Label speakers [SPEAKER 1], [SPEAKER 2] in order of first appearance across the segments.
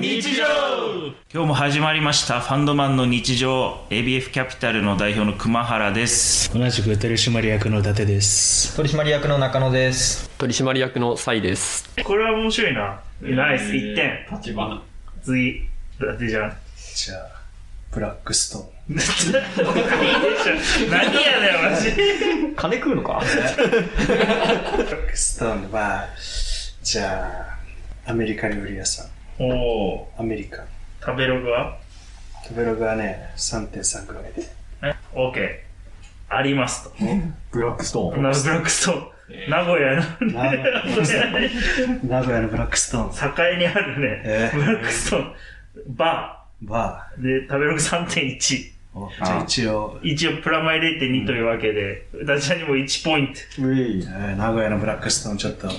[SPEAKER 1] 日常今日も始まりましたファンドマンの日常 ABF キャピタルの代表の熊原です
[SPEAKER 2] 同じく取締役の伊達です
[SPEAKER 3] 取締役の中野です
[SPEAKER 4] 取締役のサイです。
[SPEAKER 5] これは面白いな。ナイス、1点。
[SPEAKER 4] 立花。
[SPEAKER 5] 次、だってじゃん。
[SPEAKER 2] じゃあブラックスト
[SPEAKER 5] 何やねん、マジで。
[SPEAKER 3] 金食うのか
[SPEAKER 2] ーンブラックストーンはじゃあアメリカ料理屋さん
[SPEAKER 5] おー、
[SPEAKER 2] アメリカ
[SPEAKER 5] 食べログは
[SPEAKER 2] 食べログはね3.3ぐらいで
[SPEAKER 5] え ?OK。ありますと。
[SPEAKER 4] ブラックスト
[SPEAKER 5] ブラックストーン。名古屋の。
[SPEAKER 2] 名名古屋のブラックストーン
[SPEAKER 5] 境にある
[SPEAKER 2] え
[SPEAKER 5] ね。
[SPEAKER 2] ー
[SPEAKER 5] ブラックストーン。バ
[SPEAKER 2] バ
[SPEAKER 5] ー。で、食べログ3.1。
[SPEAKER 2] ーをじゃあ一応、
[SPEAKER 5] 一応、プラマイ0.2というわけで、ダジャレにも1ポイント。
[SPEAKER 2] えー名古屋のブラックストーンちょっと
[SPEAKER 5] 境に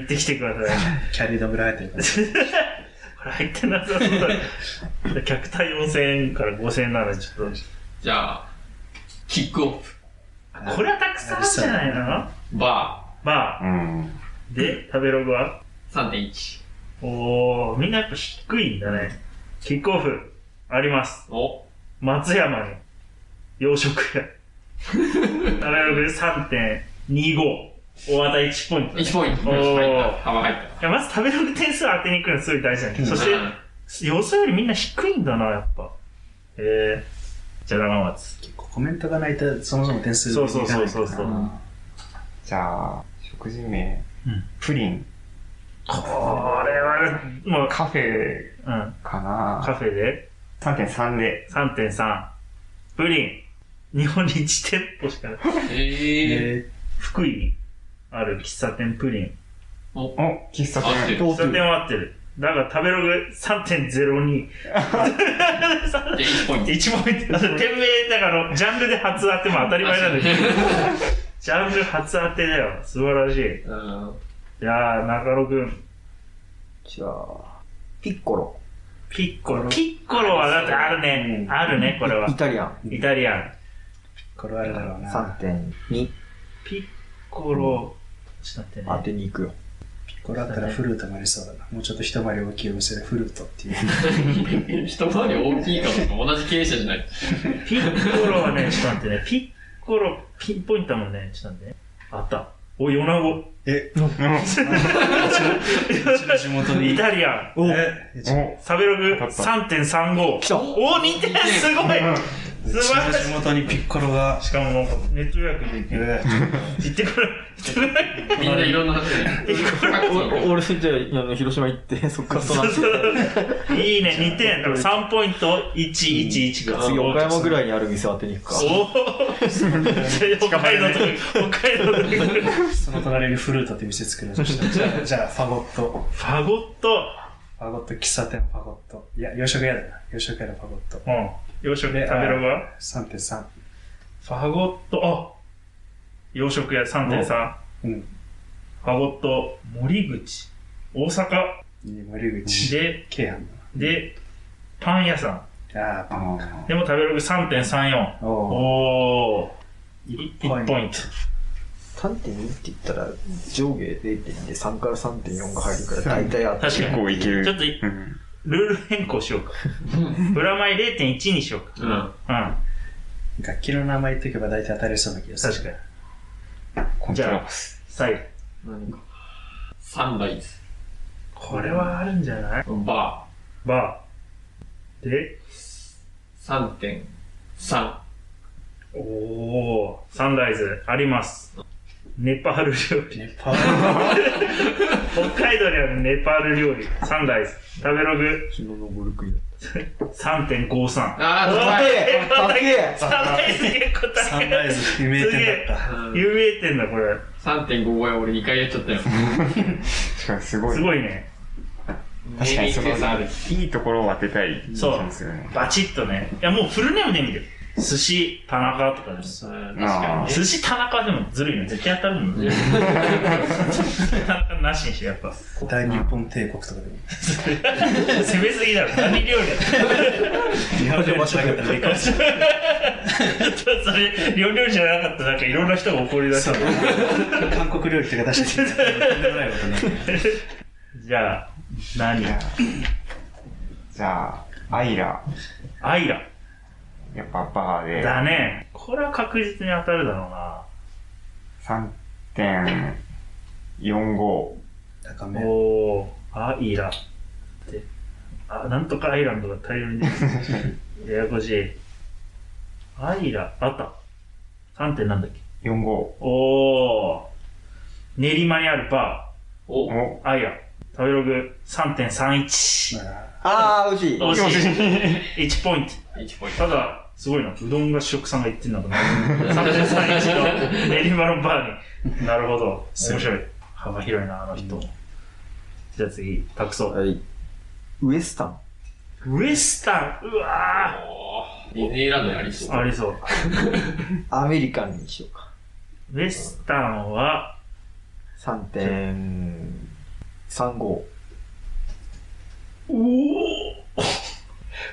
[SPEAKER 5] 行ってきてください。
[SPEAKER 2] キャリーダブル入ってるから
[SPEAKER 5] これ入ってなさそうだ。客単4000円から5000円ならちょっと。
[SPEAKER 4] じゃあ、キックオフ、
[SPEAKER 5] これはたくさんあるんじゃないの
[SPEAKER 4] バ
[SPEAKER 5] バー。で、食べログは
[SPEAKER 4] ー、3.1。
[SPEAKER 5] おー、みんなやっぱ低いんだね。キックオフ、あります。
[SPEAKER 4] お
[SPEAKER 5] 松山の洋食屋。食べログ3.25。大和1ポイントね、
[SPEAKER 4] 1ポイント。
[SPEAKER 5] おー
[SPEAKER 4] 入った。幅入っ
[SPEAKER 5] いやまず食べログ点数当てにくるのすごい大事なんで
[SPEAKER 4] た。
[SPEAKER 5] す。そして、予想よりみんな低いんだな、やっぱ。えー、じゃあ長松。
[SPEAKER 2] 結構コメントがないとそもそも点数
[SPEAKER 5] そうそうそうそう
[SPEAKER 2] いか
[SPEAKER 5] そ
[SPEAKER 2] ないうかな
[SPEAKER 6] じゃあ、食事名、
[SPEAKER 2] うん
[SPEAKER 6] プリン
[SPEAKER 5] これは、もう、
[SPEAKER 6] カフェ
[SPEAKER 5] うん、
[SPEAKER 6] か
[SPEAKER 5] カ
[SPEAKER 6] な
[SPEAKER 5] フェで
[SPEAKER 6] 3.3で、
[SPEAKER 5] 3.3。プリン。日本に1店舗しかない。
[SPEAKER 4] えー。
[SPEAKER 2] え
[SPEAKER 5] 福井にある喫茶店プリン。
[SPEAKER 4] お
[SPEAKER 6] お、喫茶
[SPEAKER 4] 合って
[SPEAKER 6] 店
[SPEAKER 4] る。
[SPEAKER 5] 喫茶店は合ってる。だから食べログ3.02。
[SPEAKER 4] で、1ポイント。
[SPEAKER 5] 1ポイント。店名、だからあのジャンルで初当ても当たり前なんですけど。ジャンル初当てだよ。素晴らしい。
[SPEAKER 4] うん。
[SPEAKER 5] いやー、中野くん。
[SPEAKER 6] じゃあ、ピッコロ。
[SPEAKER 5] ピッコロ。ピッコロはだってあるね。あるね、これは
[SPEAKER 6] イ。タリアン。
[SPEAKER 5] イタリアン。
[SPEAKER 2] これはあるだろうな
[SPEAKER 6] 3.2。
[SPEAKER 5] ピッコロ。ちょっと待ってね
[SPEAKER 6] 当。てに行くよ。
[SPEAKER 2] これだったらフルートもありそうだなもうちょっと一回り大きいお店でフルートっていう
[SPEAKER 4] 一回り大きいかとか同じ経営者じゃない。
[SPEAKER 5] ピッコロはね、ちょっと待ってね。ピッコロ、ピンポイントだもんね。ちょっと待ってね。あった。お、ヨナゴ。
[SPEAKER 2] え
[SPEAKER 5] 地元で。イタリアン。
[SPEAKER 2] お
[SPEAKER 5] サベログ
[SPEAKER 6] 当た
[SPEAKER 5] 3.35。
[SPEAKER 6] 来た
[SPEAKER 5] お、似てるすごい素晴らしい。
[SPEAKER 2] 元にピッコロが
[SPEAKER 5] しかもなんか、ネット予約で行ける。行ってくる。行ってくる。
[SPEAKER 4] みんないろんな話で。
[SPEAKER 7] お俺、じゃあ、あの、広島行 って、そっからその
[SPEAKER 5] そう
[SPEAKER 7] 後、
[SPEAKER 5] そういいね、2点。だから3ポイント、111が。
[SPEAKER 7] 次、岡 山ぐらいにある店当てに行くか。
[SPEAKER 5] おー北海道とか、北海道とか。
[SPEAKER 2] その隣にフルートって店作るとしたらじゃあじゃあファゴット
[SPEAKER 5] ファゴット。
[SPEAKER 2] ファゴット喫茶店ファゴットいや洋食屋だな洋食屋のファゴット
[SPEAKER 5] うん。洋食で
[SPEAKER 2] で
[SPEAKER 5] 食べログは
[SPEAKER 2] 3.3
[SPEAKER 5] ファゴット、あ洋食屋3.3。フ
[SPEAKER 2] うん
[SPEAKER 5] ァゴット、森口、大阪
[SPEAKER 2] いい森口
[SPEAKER 5] で、
[SPEAKER 2] 京阪
[SPEAKER 5] で、パン屋さ
[SPEAKER 2] だなあーパン
[SPEAKER 5] ん。でも食べログ3.34。
[SPEAKER 2] おお
[SPEAKER 5] おー。1ポイント。
[SPEAKER 7] 3.2って言ったら、上下0.2で3から3.4が入るから、大体あって。
[SPEAKER 5] 確かに。
[SPEAKER 6] こういける。
[SPEAKER 5] ちょっとい
[SPEAKER 6] うん
[SPEAKER 5] ルール変更し ようか。プラマイ0.1にしようか。
[SPEAKER 4] うん。
[SPEAKER 5] うん。
[SPEAKER 2] 楽器の名前言っておけば大体当たりそうな気がする
[SPEAKER 5] 確かに。
[SPEAKER 6] コン
[SPEAKER 5] じ
[SPEAKER 6] ト
[SPEAKER 5] ゃ
[SPEAKER 6] ラ
[SPEAKER 5] あ、最後。
[SPEAKER 4] 何か。サンライズ、
[SPEAKER 5] これはあるんじゃない
[SPEAKER 4] バ
[SPEAKER 5] バー。で、
[SPEAKER 4] ー、3.3。
[SPEAKER 5] おー。サンライズ、あります。ネパール料 理。
[SPEAKER 2] にパワ
[SPEAKER 5] 北海道にあるネパール料理、サンライズ。食べログ
[SPEAKER 7] 日の昇る国だ。
[SPEAKER 5] 3.53。
[SPEAKER 4] あー、
[SPEAKER 5] 高
[SPEAKER 4] 高い。
[SPEAKER 5] え
[SPEAKER 7] 高え
[SPEAKER 5] サンライズ結構
[SPEAKER 2] ーサ
[SPEAKER 5] 高
[SPEAKER 2] ンライ
[SPEAKER 5] い。
[SPEAKER 2] ズ有名店だった
[SPEAKER 5] 有名店だ、これ。
[SPEAKER 4] 3.5倍俺2回やっちゃったよ。
[SPEAKER 6] しかもすごい
[SPEAKER 5] す。ごいね。
[SPEAKER 6] 確かにそ
[SPEAKER 4] ネーミングセンスある。
[SPEAKER 6] の、いいところを当てたい。
[SPEAKER 5] そう
[SPEAKER 6] ですよね。
[SPEAKER 5] バチッとね。いや、もうフルネームで見てる。寿司、田中とかです。
[SPEAKER 4] うん確かにね。
[SPEAKER 5] 寿司、田中でもずるいね。絶対当たるもん ね。田中なしにしようやっぱ。
[SPEAKER 2] 大日本帝国とかでも
[SPEAKER 5] 攻めすぎだろ。何料理
[SPEAKER 2] 日本でもしなかったらいいかもしれない
[SPEAKER 5] それ、料理じゃなかったらなんかいろんな人が怒り出し
[SPEAKER 2] そ
[SPEAKER 5] た
[SPEAKER 2] う。韓国料理とか出してきたらとんでもないことになる
[SPEAKER 5] じゃあ、何
[SPEAKER 6] いやじゃあ、アイラ、
[SPEAKER 5] アイラ。
[SPEAKER 6] やっぱアッパーハーで
[SPEAKER 5] だね。これは確実に当たるだろうな。
[SPEAKER 6] 3.45。
[SPEAKER 2] 高め。
[SPEAKER 5] おー、あ、イラ。で、あ、なんとかアイランドが大量に出てややこしい。アイラ、あった。3点なんだっけ。
[SPEAKER 6] 45。お
[SPEAKER 5] おー、練馬にあるバ
[SPEAKER 4] お、
[SPEAKER 5] ー、アイラ。食べログ3.31。
[SPEAKER 7] あー、惜しい。
[SPEAKER 5] 惜しい。1ポイント。
[SPEAKER 4] 1ポイント。
[SPEAKER 5] ただ、すごいな。うどんが主食さんが言ってんだからな。3.31の練馬のバーに。なるほど。面白い。幅広いな、あの人。じゃあ次、タクソ。
[SPEAKER 7] はい。ウエスタン。
[SPEAKER 5] ウエスタン、うわ
[SPEAKER 4] ディズニーランドにありそう。
[SPEAKER 5] ぁありそう。
[SPEAKER 7] アメリカンにしようか。
[SPEAKER 5] ウエスタンは、
[SPEAKER 7] 3.35。
[SPEAKER 5] おおウ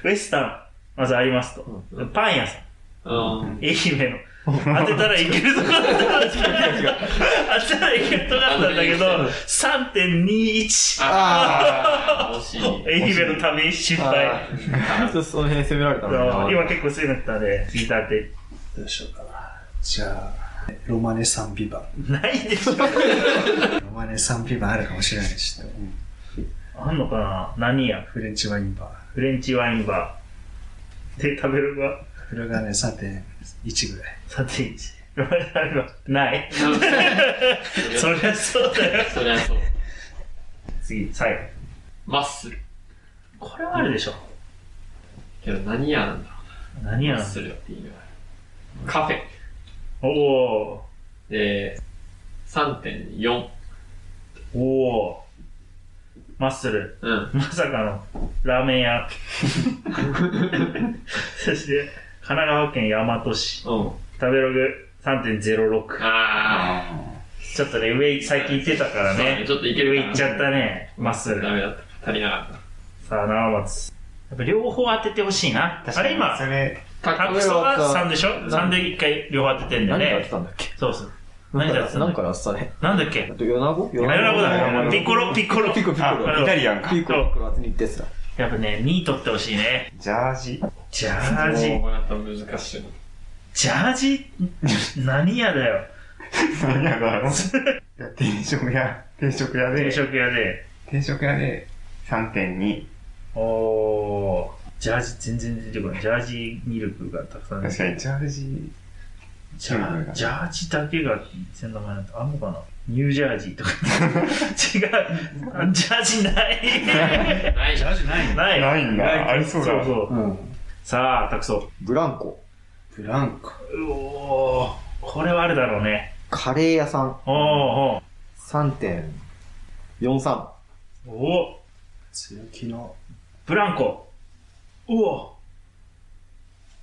[SPEAKER 5] エスタン、まずありますと。パン屋さん、
[SPEAKER 4] うん。
[SPEAKER 5] 愛媛の。当てたらいけるとこだったんだけど、当てたらいけるとこだったんだけど、3.21。
[SPEAKER 4] ああ、惜しい。
[SPEAKER 5] 愛媛のために失敗。
[SPEAKER 7] ちょっとその辺攻められた
[SPEAKER 5] そう
[SPEAKER 7] の
[SPEAKER 5] 今結構強くなったんで、次だって。
[SPEAKER 2] どうしようかな。じゃあ、ロマネサンビバン。
[SPEAKER 5] ないでしょ。
[SPEAKER 2] ロマネサンビバンあるかもしれないし、でもうん
[SPEAKER 5] あんのかな何や
[SPEAKER 2] フレンチワインバー。
[SPEAKER 5] フレンチワインバー。で、食べるが
[SPEAKER 2] これがね、3.1ぐらい。
[SPEAKER 5] 3.1。ロ マネサンバない。そりゃそうだよ。
[SPEAKER 4] そりゃそう。
[SPEAKER 5] 次、最後。
[SPEAKER 4] マッスル。
[SPEAKER 5] これはあるでしょ。
[SPEAKER 4] けど何屋なんだろ
[SPEAKER 5] 何
[SPEAKER 4] う。
[SPEAKER 5] や
[SPEAKER 4] マ
[SPEAKER 5] な
[SPEAKER 4] ッスルっていうのがあるカフェ。
[SPEAKER 5] おお
[SPEAKER 4] で、3.4。
[SPEAKER 5] ーおおマッスル。
[SPEAKER 4] うん。
[SPEAKER 5] まさかの、ラーメン 屋。そして、神奈川県大和市。
[SPEAKER 4] うん。
[SPEAKER 5] 食べログ3.06。
[SPEAKER 4] あ
[SPEAKER 5] ちょっとね、上最近行ってたから
[SPEAKER 4] あ、
[SPEAKER 5] ね。
[SPEAKER 4] ちょっといける
[SPEAKER 5] 上行っちゃったね、マッスル。
[SPEAKER 4] ダメだった。足りなかっ
[SPEAKER 5] さあ、長松。やっぱ両方当ててほしいな。あれ今
[SPEAKER 6] そ、れ、
[SPEAKER 4] た。
[SPEAKER 5] タ
[SPEAKER 4] 高
[SPEAKER 5] ク
[SPEAKER 4] い
[SPEAKER 5] ソが3でしょ ?3 で1回両方当ててんだ
[SPEAKER 7] 何
[SPEAKER 5] よ
[SPEAKER 7] から来
[SPEAKER 5] ね。
[SPEAKER 7] たんだっけ
[SPEAKER 5] そうそう。
[SPEAKER 7] 何
[SPEAKER 5] 何
[SPEAKER 7] か
[SPEAKER 5] だ
[SPEAKER 7] ら
[SPEAKER 5] ったんだ
[SPEAKER 7] 何から来たね。
[SPEAKER 5] なんだっけ
[SPEAKER 7] あと、ヨナゴヨ
[SPEAKER 5] あれラボ
[SPEAKER 6] ナ
[SPEAKER 5] だ
[SPEAKER 6] ゴ
[SPEAKER 5] ピッコロ、ピッコロ。
[SPEAKER 7] ピコロピコ
[SPEAKER 5] あ
[SPEAKER 7] ロ。
[SPEAKER 6] イタリアンか。
[SPEAKER 7] ピコロピコロ当てに行ったやつだ。
[SPEAKER 5] やっぱね、2位取ってほしいね。
[SPEAKER 6] ジャージ。
[SPEAKER 5] ジャージ。
[SPEAKER 4] もうやっぱ難しいな。
[SPEAKER 5] ジャージ 何屋だよ。
[SPEAKER 6] 何やだろう。いや定食屋、定食屋
[SPEAKER 5] 定
[SPEAKER 6] で、
[SPEAKER 5] 食屋で。
[SPEAKER 6] 定食屋で3.2。
[SPEAKER 5] おー。ジャージ全然出てこない。ジャージミルクがたくさん出
[SPEAKER 6] 確
[SPEAKER 5] て
[SPEAKER 6] かにジャージ、
[SPEAKER 5] ジャージャージだけが店の名前なんてあんのかなニュージャージー とか。違う。あジャージない。
[SPEAKER 4] ないじゃん。
[SPEAKER 2] ージない
[SPEAKER 5] ない。
[SPEAKER 6] ないんだ
[SPEAKER 5] な
[SPEAKER 6] ありそうだ
[SPEAKER 5] そうそう。
[SPEAKER 2] うん。
[SPEAKER 5] さあ、たくそ。
[SPEAKER 7] ブランコ。
[SPEAKER 2] ブランコ。
[SPEAKER 5] うおー。これはあるだろうね。
[SPEAKER 7] カレー屋さん。
[SPEAKER 5] おーおー
[SPEAKER 7] 3.43。
[SPEAKER 5] おー。
[SPEAKER 2] 強気の。
[SPEAKER 5] ブランコ。うお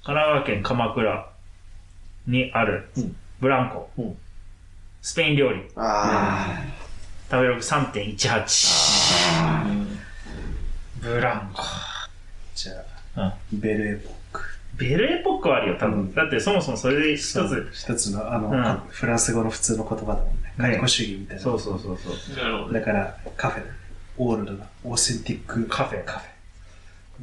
[SPEAKER 5] 神奈川県鎌倉にある
[SPEAKER 7] うん
[SPEAKER 5] ブランコ。
[SPEAKER 7] うん
[SPEAKER 5] スペイン料理。
[SPEAKER 7] あ
[SPEAKER 5] 食べログ3.18。ブランコ。
[SPEAKER 2] じゃあ、ベルエポック。
[SPEAKER 5] ベルエポックはあるよ、多分。
[SPEAKER 2] うん
[SPEAKER 5] だってそもそもそれで一つ。
[SPEAKER 2] 一つの、あの、
[SPEAKER 5] うん
[SPEAKER 2] フランス語の普通の言葉だもんね。解雇主義みたいな。
[SPEAKER 5] そうそうそうそう。
[SPEAKER 4] なるほどね。
[SPEAKER 2] だから、カフェだね。オールドな、オーセンティック。
[SPEAKER 5] カフェ
[SPEAKER 2] カフ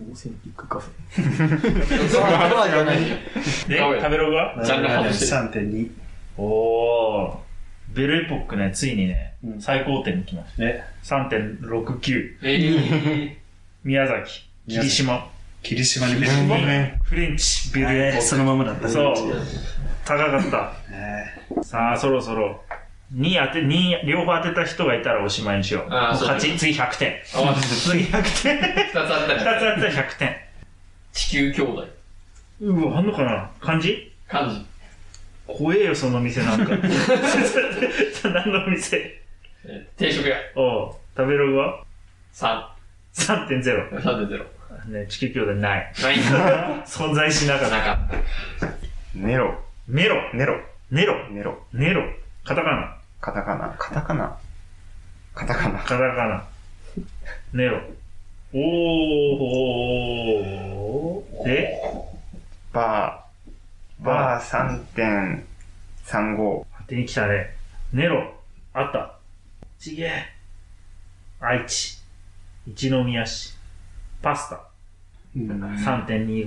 [SPEAKER 7] ー。オーセンティックカフェ。そうじゃない。
[SPEAKER 5] で、
[SPEAKER 4] 食べよう
[SPEAKER 5] 食べログは
[SPEAKER 2] ェ。
[SPEAKER 4] ジャンル外して
[SPEAKER 2] 3.2。
[SPEAKER 5] おー。ベルエポックね、ついにね、
[SPEAKER 2] うん
[SPEAKER 5] 最高点に来まし
[SPEAKER 2] ね。
[SPEAKER 5] た。3.69。
[SPEAKER 4] えー、
[SPEAKER 5] 宮崎、
[SPEAKER 2] 宮
[SPEAKER 5] 霧
[SPEAKER 2] 崎
[SPEAKER 5] 島、
[SPEAKER 2] 霧島にベ
[SPEAKER 6] う
[SPEAKER 2] ル
[SPEAKER 6] ん
[SPEAKER 2] エ
[SPEAKER 5] フレンチ、ベルエ
[SPEAKER 2] ポック。そのままだった。
[SPEAKER 5] そう。高かった。
[SPEAKER 2] ね。
[SPEAKER 5] さあ、そろそろ、2当て、2、両方当てた人がいたらおしまいにしよう。
[SPEAKER 4] あー
[SPEAKER 5] もう
[SPEAKER 4] そうだ
[SPEAKER 5] 勝
[SPEAKER 4] ね
[SPEAKER 5] ち、次100点。
[SPEAKER 4] あ、待って、
[SPEAKER 5] 次100点。
[SPEAKER 4] 二つあった
[SPEAKER 5] 2つ
[SPEAKER 4] じ
[SPEAKER 5] 当てた
[SPEAKER 4] ゃん。
[SPEAKER 5] ら100点。
[SPEAKER 4] 地球兄弟。
[SPEAKER 5] うわ、あんのかな漢字
[SPEAKER 4] 漢字。
[SPEAKER 5] 怖えよ、その店なんか。 何の店
[SPEAKER 4] えー定食屋。
[SPEAKER 5] おう、食べログは
[SPEAKER 4] 3。
[SPEAKER 5] 3.0。
[SPEAKER 4] 3.0。
[SPEAKER 5] ね、地球兄弟ない。
[SPEAKER 4] ないんだ。
[SPEAKER 5] 存在しなかっ
[SPEAKER 4] な
[SPEAKER 5] た。
[SPEAKER 4] かっ
[SPEAKER 6] ネロ、
[SPEAKER 5] メロ、
[SPEAKER 6] ネロ、
[SPEAKER 5] ネロ、
[SPEAKER 6] ネロ。
[SPEAKER 5] ネロ。カタカナ、
[SPEAKER 6] カタカナ、カタカナ、カタカナ。
[SPEAKER 5] カタカナ。ネロ。おー、で、
[SPEAKER 6] バー、バー3.35。
[SPEAKER 5] 勝手に来たね。ネロ、あった。ちげえ。愛知、一宮市、パスタ、 3.25。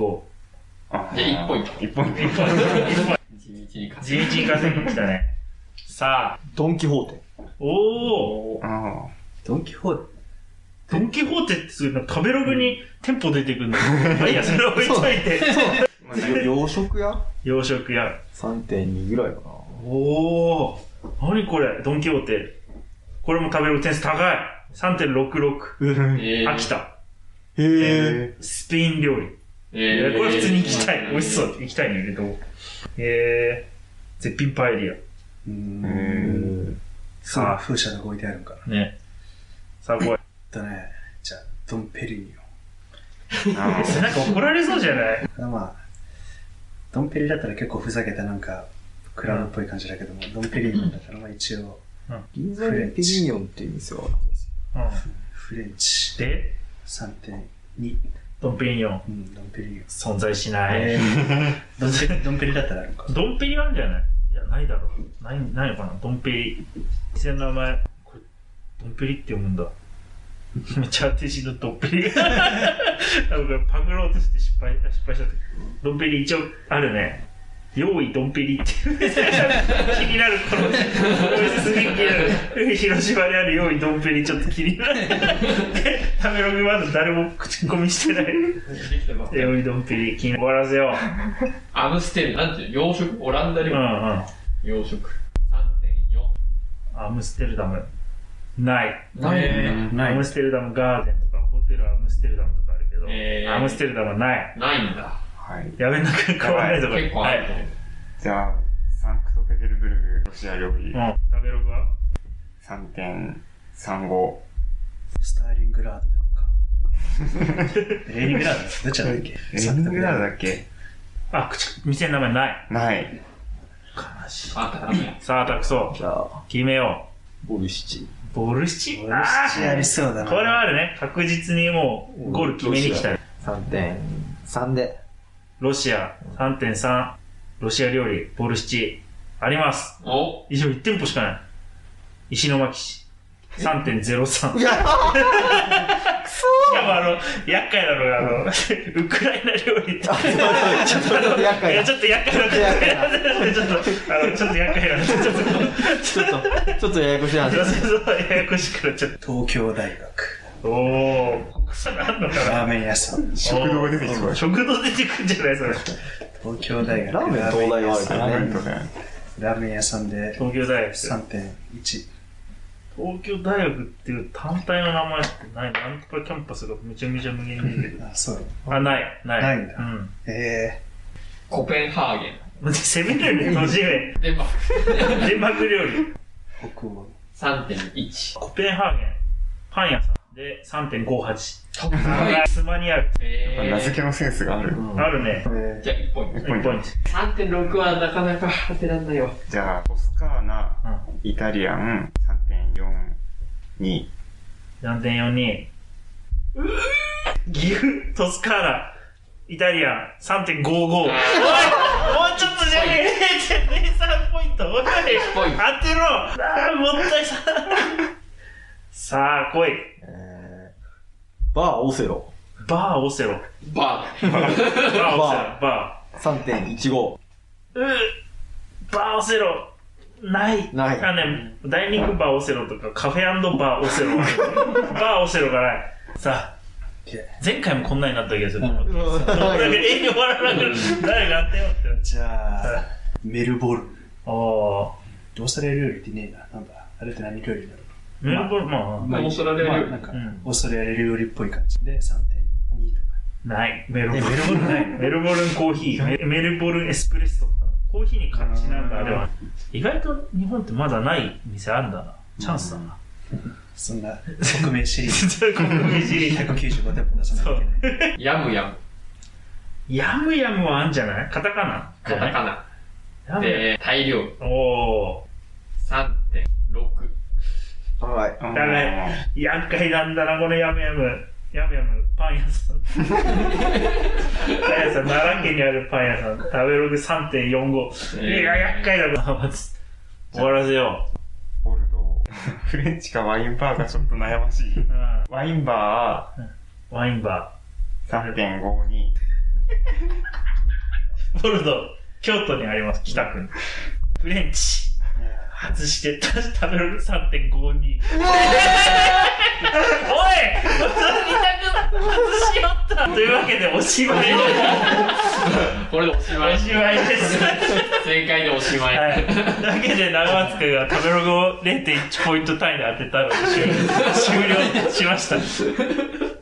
[SPEAKER 4] じゃあ一ポイント。
[SPEAKER 6] 一本で。
[SPEAKER 4] 一日に勝
[SPEAKER 5] 地道に稼ぎに来たね。さあ、
[SPEAKER 7] ドン・キホーテ。
[SPEAKER 5] おお
[SPEAKER 6] あ
[SPEAKER 2] ドン・キホーテ。
[SPEAKER 5] ドン・キホーテってすごいな食べログに店舗出てくるんだけど。まあいいや、それは置いといて。
[SPEAKER 7] 洋食屋
[SPEAKER 5] 洋食屋。
[SPEAKER 7] ?3.2 ぐらいかな。
[SPEAKER 5] おお何これドン・キホーテ。これも食べログ点数高い。3.66。
[SPEAKER 4] つ。え
[SPEAKER 5] 秋。田。
[SPEAKER 6] ー
[SPEAKER 7] へえ。
[SPEAKER 6] え
[SPEAKER 5] スペイン料理。
[SPEAKER 4] え
[SPEAKER 5] い
[SPEAKER 4] ー。
[SPEAKER 5] やこれ普通に行きたい。美味しそうう。行きたいね、けど。えー、絶品パエリア。
[SPEAKER 2] う
[SPEAKER 6] ー
[SPEAKER 2] ん。さあ、風車が置いてあるのかな。
[SPEAKER 5] ね。さあ、これ。
[SPEAKER 2] だね。じゃあ、ドン・ペリニ
[SPEAKER 6] ーあー
[SPEAKER 5] なんか怒られそうじゃない
[SPEAKER 2] ョン。まあ、ドン・ペリだったら結構ふざけたなんか、クラウドっぽい感じだけども、ドン・ペリニョンだったらまあ一応、
[SPEAKER 7] 銀座にペリニョンっていう店はあるんですよ
[SPEAKER 5] うん。
[SPEAKER 2] フレンチ
[SPEAKER 5] で、
[SPEAKER 2] 3.2。
[SPEAKER 5] ドンペリニョン。
[SPEAKER 2] うん、ドン・ペリニョン。
[SPEAKER 5] 存在しない。
[SPEAKER 2] えー、ドンペ リ、ドンペリだったらあるのか。
[SPEAKER 5] ドンペリあるんじゃないいや、ないだろう。ない、ないのかなドンペリ。店の名前、これ、ドンペリって読むんだ。 めっちゃ私のドンペリ。 なんかパクろうとして失敗、失敗しちゃった。ドンペリ一応あるね。用意ドンペリっていう気になるこのこれすげえ気になる広島にある用意ドンペリちょっと気になる食べログまだ誰も口コミしてない用意ドンペリ気になる終わらせよう
[SPEAKER 4] アムステル、なんていうの洋食オランダ
[SPEAKER 5] う
[SPEAKER 4] 料
[SPEAKER 5] ん
[SPEAKER 4] 理。
[SPEAKER 5] うん
[SPEAKER 4] 洋食。3.4。
[SPEAKER 5] アムステルダム。ない。
[SPEAKER 4] ないん
[SPEAKER 2] ー
[SPEAKER 5] アムステルダムガーデンとか、ホテルアムステルダムとかあるけど、
[SPEAKER 4] えー
[SPEAKER 5] アムステルダムはない。
[SPEAKER 4] だ。ないんだ。
[SPEAKER 6] はい。
[SPEAKER 5] やべ、なんか変わらないとこ
[SPEAKER 4] 結構ある
[SPEAKER 5] はい。
[SPEAKER 6] じゃあ、サンクトペテルブルク、ロシア料理
[SPEAKER 5] う、ん。食べログは
[SPEAKER 6] 3.35。
[SPEAKER 2] スターリングラードでもか。レーニングラードですどっちだっけ
[SPEAKER 6] レニングラードだっけ
[SPEAKER 5] あ、口、店の名前ない。
[SPEAKER 6] ない。
[SPEAKER 5] 悲しい。
[SPEAKER 4] あった、ダメや。
[SPEAKER 5] さあ、たくそ。
[SPEAKER 7] じゃあ、
[SPEAKER 5] 決めよ
[SPEAKER 7] ボルシチ。
[SPEAKER 5] う。ボルシチ
[SPEAKER 2] ボルシチありそうだ
[SPEAKER 5] あ
[SPEAKER 2] な。
[SPEAKER 5] ーこれはあるね。確実にもう、ゴール決めに来たね。
[SPEAKER 7] 3.3で。
[SPEAKER 5] ロシア3.3、ロシア料理、ボルシチ、あります。
[SPEAKER 4] お
[SPEAKER 5] 以上1店舗しかない。石巻市。3.03。
[SPEAKER 7] いや
[SPEAKER 5] しかもあの、厄介なのが、あの、 ウクライナ料理って。
[SPEAKER 7] ちょっと待って
[SPEAKER 5] い
[SPEAKER 7] 厄介
[SPEAKER 5] や
[SPEAKER 7] だ。
[SPEAKER 5] ちょっと厄介なんで、 ちょっと、あの、ちょっと厄介なんで、ちょっと、
[SPEAKER 7] ちょっと、ちょっとややこしい話
[SPEAKER 5] そう。そうそうややこしくなっちゃっ
[SPEAKER 2] 東京大学。
[SPEAKER 5] た。おー、草なんのかな
[SPEAKER 2] ラーメン屋さん。
[SPEAKER 6] 食堂が出てきそうだ
[SPEAKER 5] 食堂出てくんじゃないそれ。
[SPEAKER 2] 東京大学。
[SPEAKER 7] ラーメン東大はあるけど
[SPEAKER 6] ラーメン
[SPEAKER 7] ね。
[SPEAKER 6] とか。
[SPEAKER 2] ラーメン屋さんで
[SPEAKER 5] 東京大学。東
[SPEAKER 2] 3.1。
[SPEAKER 5] 京大学っていう単体の名前ってないなんとかキャンパスがめちゃめちゃ無限に出てる。
[SPEAKER 2] あ、そう。
[SPEAKER 5] あ、ない、ない。
[SPEAKER 2] ないんだ
[SPEAKER 5] うん。
[SPEAKER 2] え
[SPEAKER 4] コペンハーゲ
[SPEAKER 5] で攻めるよね、年 上。
[SPEAKER 4] ン。デンマーク。
[SPEAKER 5] デンマーク料理。
[SPEAKER 2] ー、北欧。
[SPEAKER 4] 3.1。
[SPEAKER 5] コペンハーゲン。パン屋さん。で、3.58。
[SPEAKER 4] 高い。
[SPEAKER 5] スマニアル。
[SPEAKER 4] え
[SPEAKER 6] 名付けのセンスがある。
[SPEAKER 5] あるね。
[SPEAKER 2] え
[SPEAKER 4] じゃあ1ポイント。
[SPEAKER 5] 1ポイント。
[SPEAKER 4] 3.6はなかなか当てらんないわ。
[SPEAKER 6] じゃあ、トスカーナ、イタリアン、3.42。
[SPEAKER 5] 4.42岐阜トスカーナイタリアン3.55おいもうちょっとじゃねえじゃねえ3ポイントおい
[SPEAKER 4] ポイント
[SPEAKER 5] 当てろああもったいささあ来い
[SPEAKER 7] えーバーオセロ。
[SPEAKER 5] バーオセロ
[SPEAKER 4] バ
[SPEAKER 5] バーオセロ
[SPEAKER 7] バ
[SPEAKER 5] バー
[SPEAKER 7] 3.15。
[SPEAKER 5] うーバーオセロない
[SPEAKER 7] ない
[SPEAKER 5] あねダイニングバーオセロとかカフェバーオセ ロバーオセロがないさあ前回もこんなになった気がする、なんか営業終わらなくなる。誰が当てようって。
[SPEAKER 2] ー、じゃあ、メルボルン。
[SPEAKER 5] ああ。
[SPEAKER 2] オーストラリア料理ってねえな。なんだ。あれって何料理だろう。
[SPEAKER 5] メルボルン、ま
[SPEAKER 4] ー。オーストラリア
[SPEAKER 2] まあ、
[SPEAKER 4] 料理
[SPEAKER 2] なんか
[SPEAKER 5] うん、
[SPEAKER 2] オーストラリア料理っぽい感じで3.2とか。
[SPEAKER 5] あ、ない。メルボルン。
[SPEAKER 2] えメルボルン ない
[SPEAKER 5] メルボルンコーヒー。メメルボルンエスプレッソとか。コーヒーに勝ちなんだ、あれは。意外と日本ってまだない店あるんだな。チャンスだ な。
[SPEAKER 2] そんな、匿名シリーズ。
[SPEAKER 5] 全国飯。
[SPEAKER 2] 195店舗出さ
[SPEAKER 5] そ
[SPEAKER 2] な
[SPEAKER 5] う
[SPEAKER 2] きゃいけない。
[SPEAKER 4] ヤムヤム。
[SPEAKER 5] ヤムヤムはあんじゃないカタカナ
[SPEAKER 4] カタカナ。
[SPEAKER 5] ヤムヤ
[SPEAKER 4] で、タイ料理。
[SPEAKER 5] ム。お
[SPEAKER 4] 3.6。
[SPEAKER 7] 高い。
[SPEAKER 6] ダ
[SPEAKER 5] メー。厄介なんだな、このヤムヤム。ヤムヤム、パン屋さん。パン屋さん、奈良県にあるパン屋さん。食べログ3.45。いや、厄介だな、まず。終わらせよ
[SPEAKER 6] ボルドー。 フレンチかワインバーがちょっと悩ましい。
[SPEAKER 5] う。うん
[SPEAKER 6] ワインバ
[SPEAKER 5] ワインバ
[SPEAKER 6] 3.52。
[SPEAKER 5] ボルドー、京都にあります、北区に。フレンチ。外してた食べログ3.52。おいそれ二択だ外しよったというわけでおしまいです。
[SPEAKER 4] これでおしま
[SPEAKER 5] お
[SPEAKER 4] い。
[SPEAKER 5] しまいです。
[SPEAKER 4] 正解でおしまい。
[SPEAKER 5] はい。というわけで長松君が食べログを0.1ポイント単位で当てたので終了終了しました。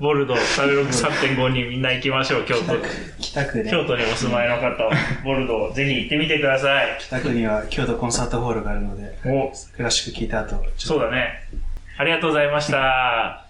[SPEAKER 5] ボルドー、食べログ3.5にみんな行きましょう、京都。
[SPEAKER 2] 北区ね。
[SPEAKER 5] 京都にお住まいの方、ボルドー、ぜひ行ってみてください。
[SPEAKER 2] 北区には京都コンサートホールがあるので、
[SPEAKER 5] お
[SPEAKER 2] クラシック聞いた後、ちょっと
[SPEAKER 5] そうだね。ありがとうございました。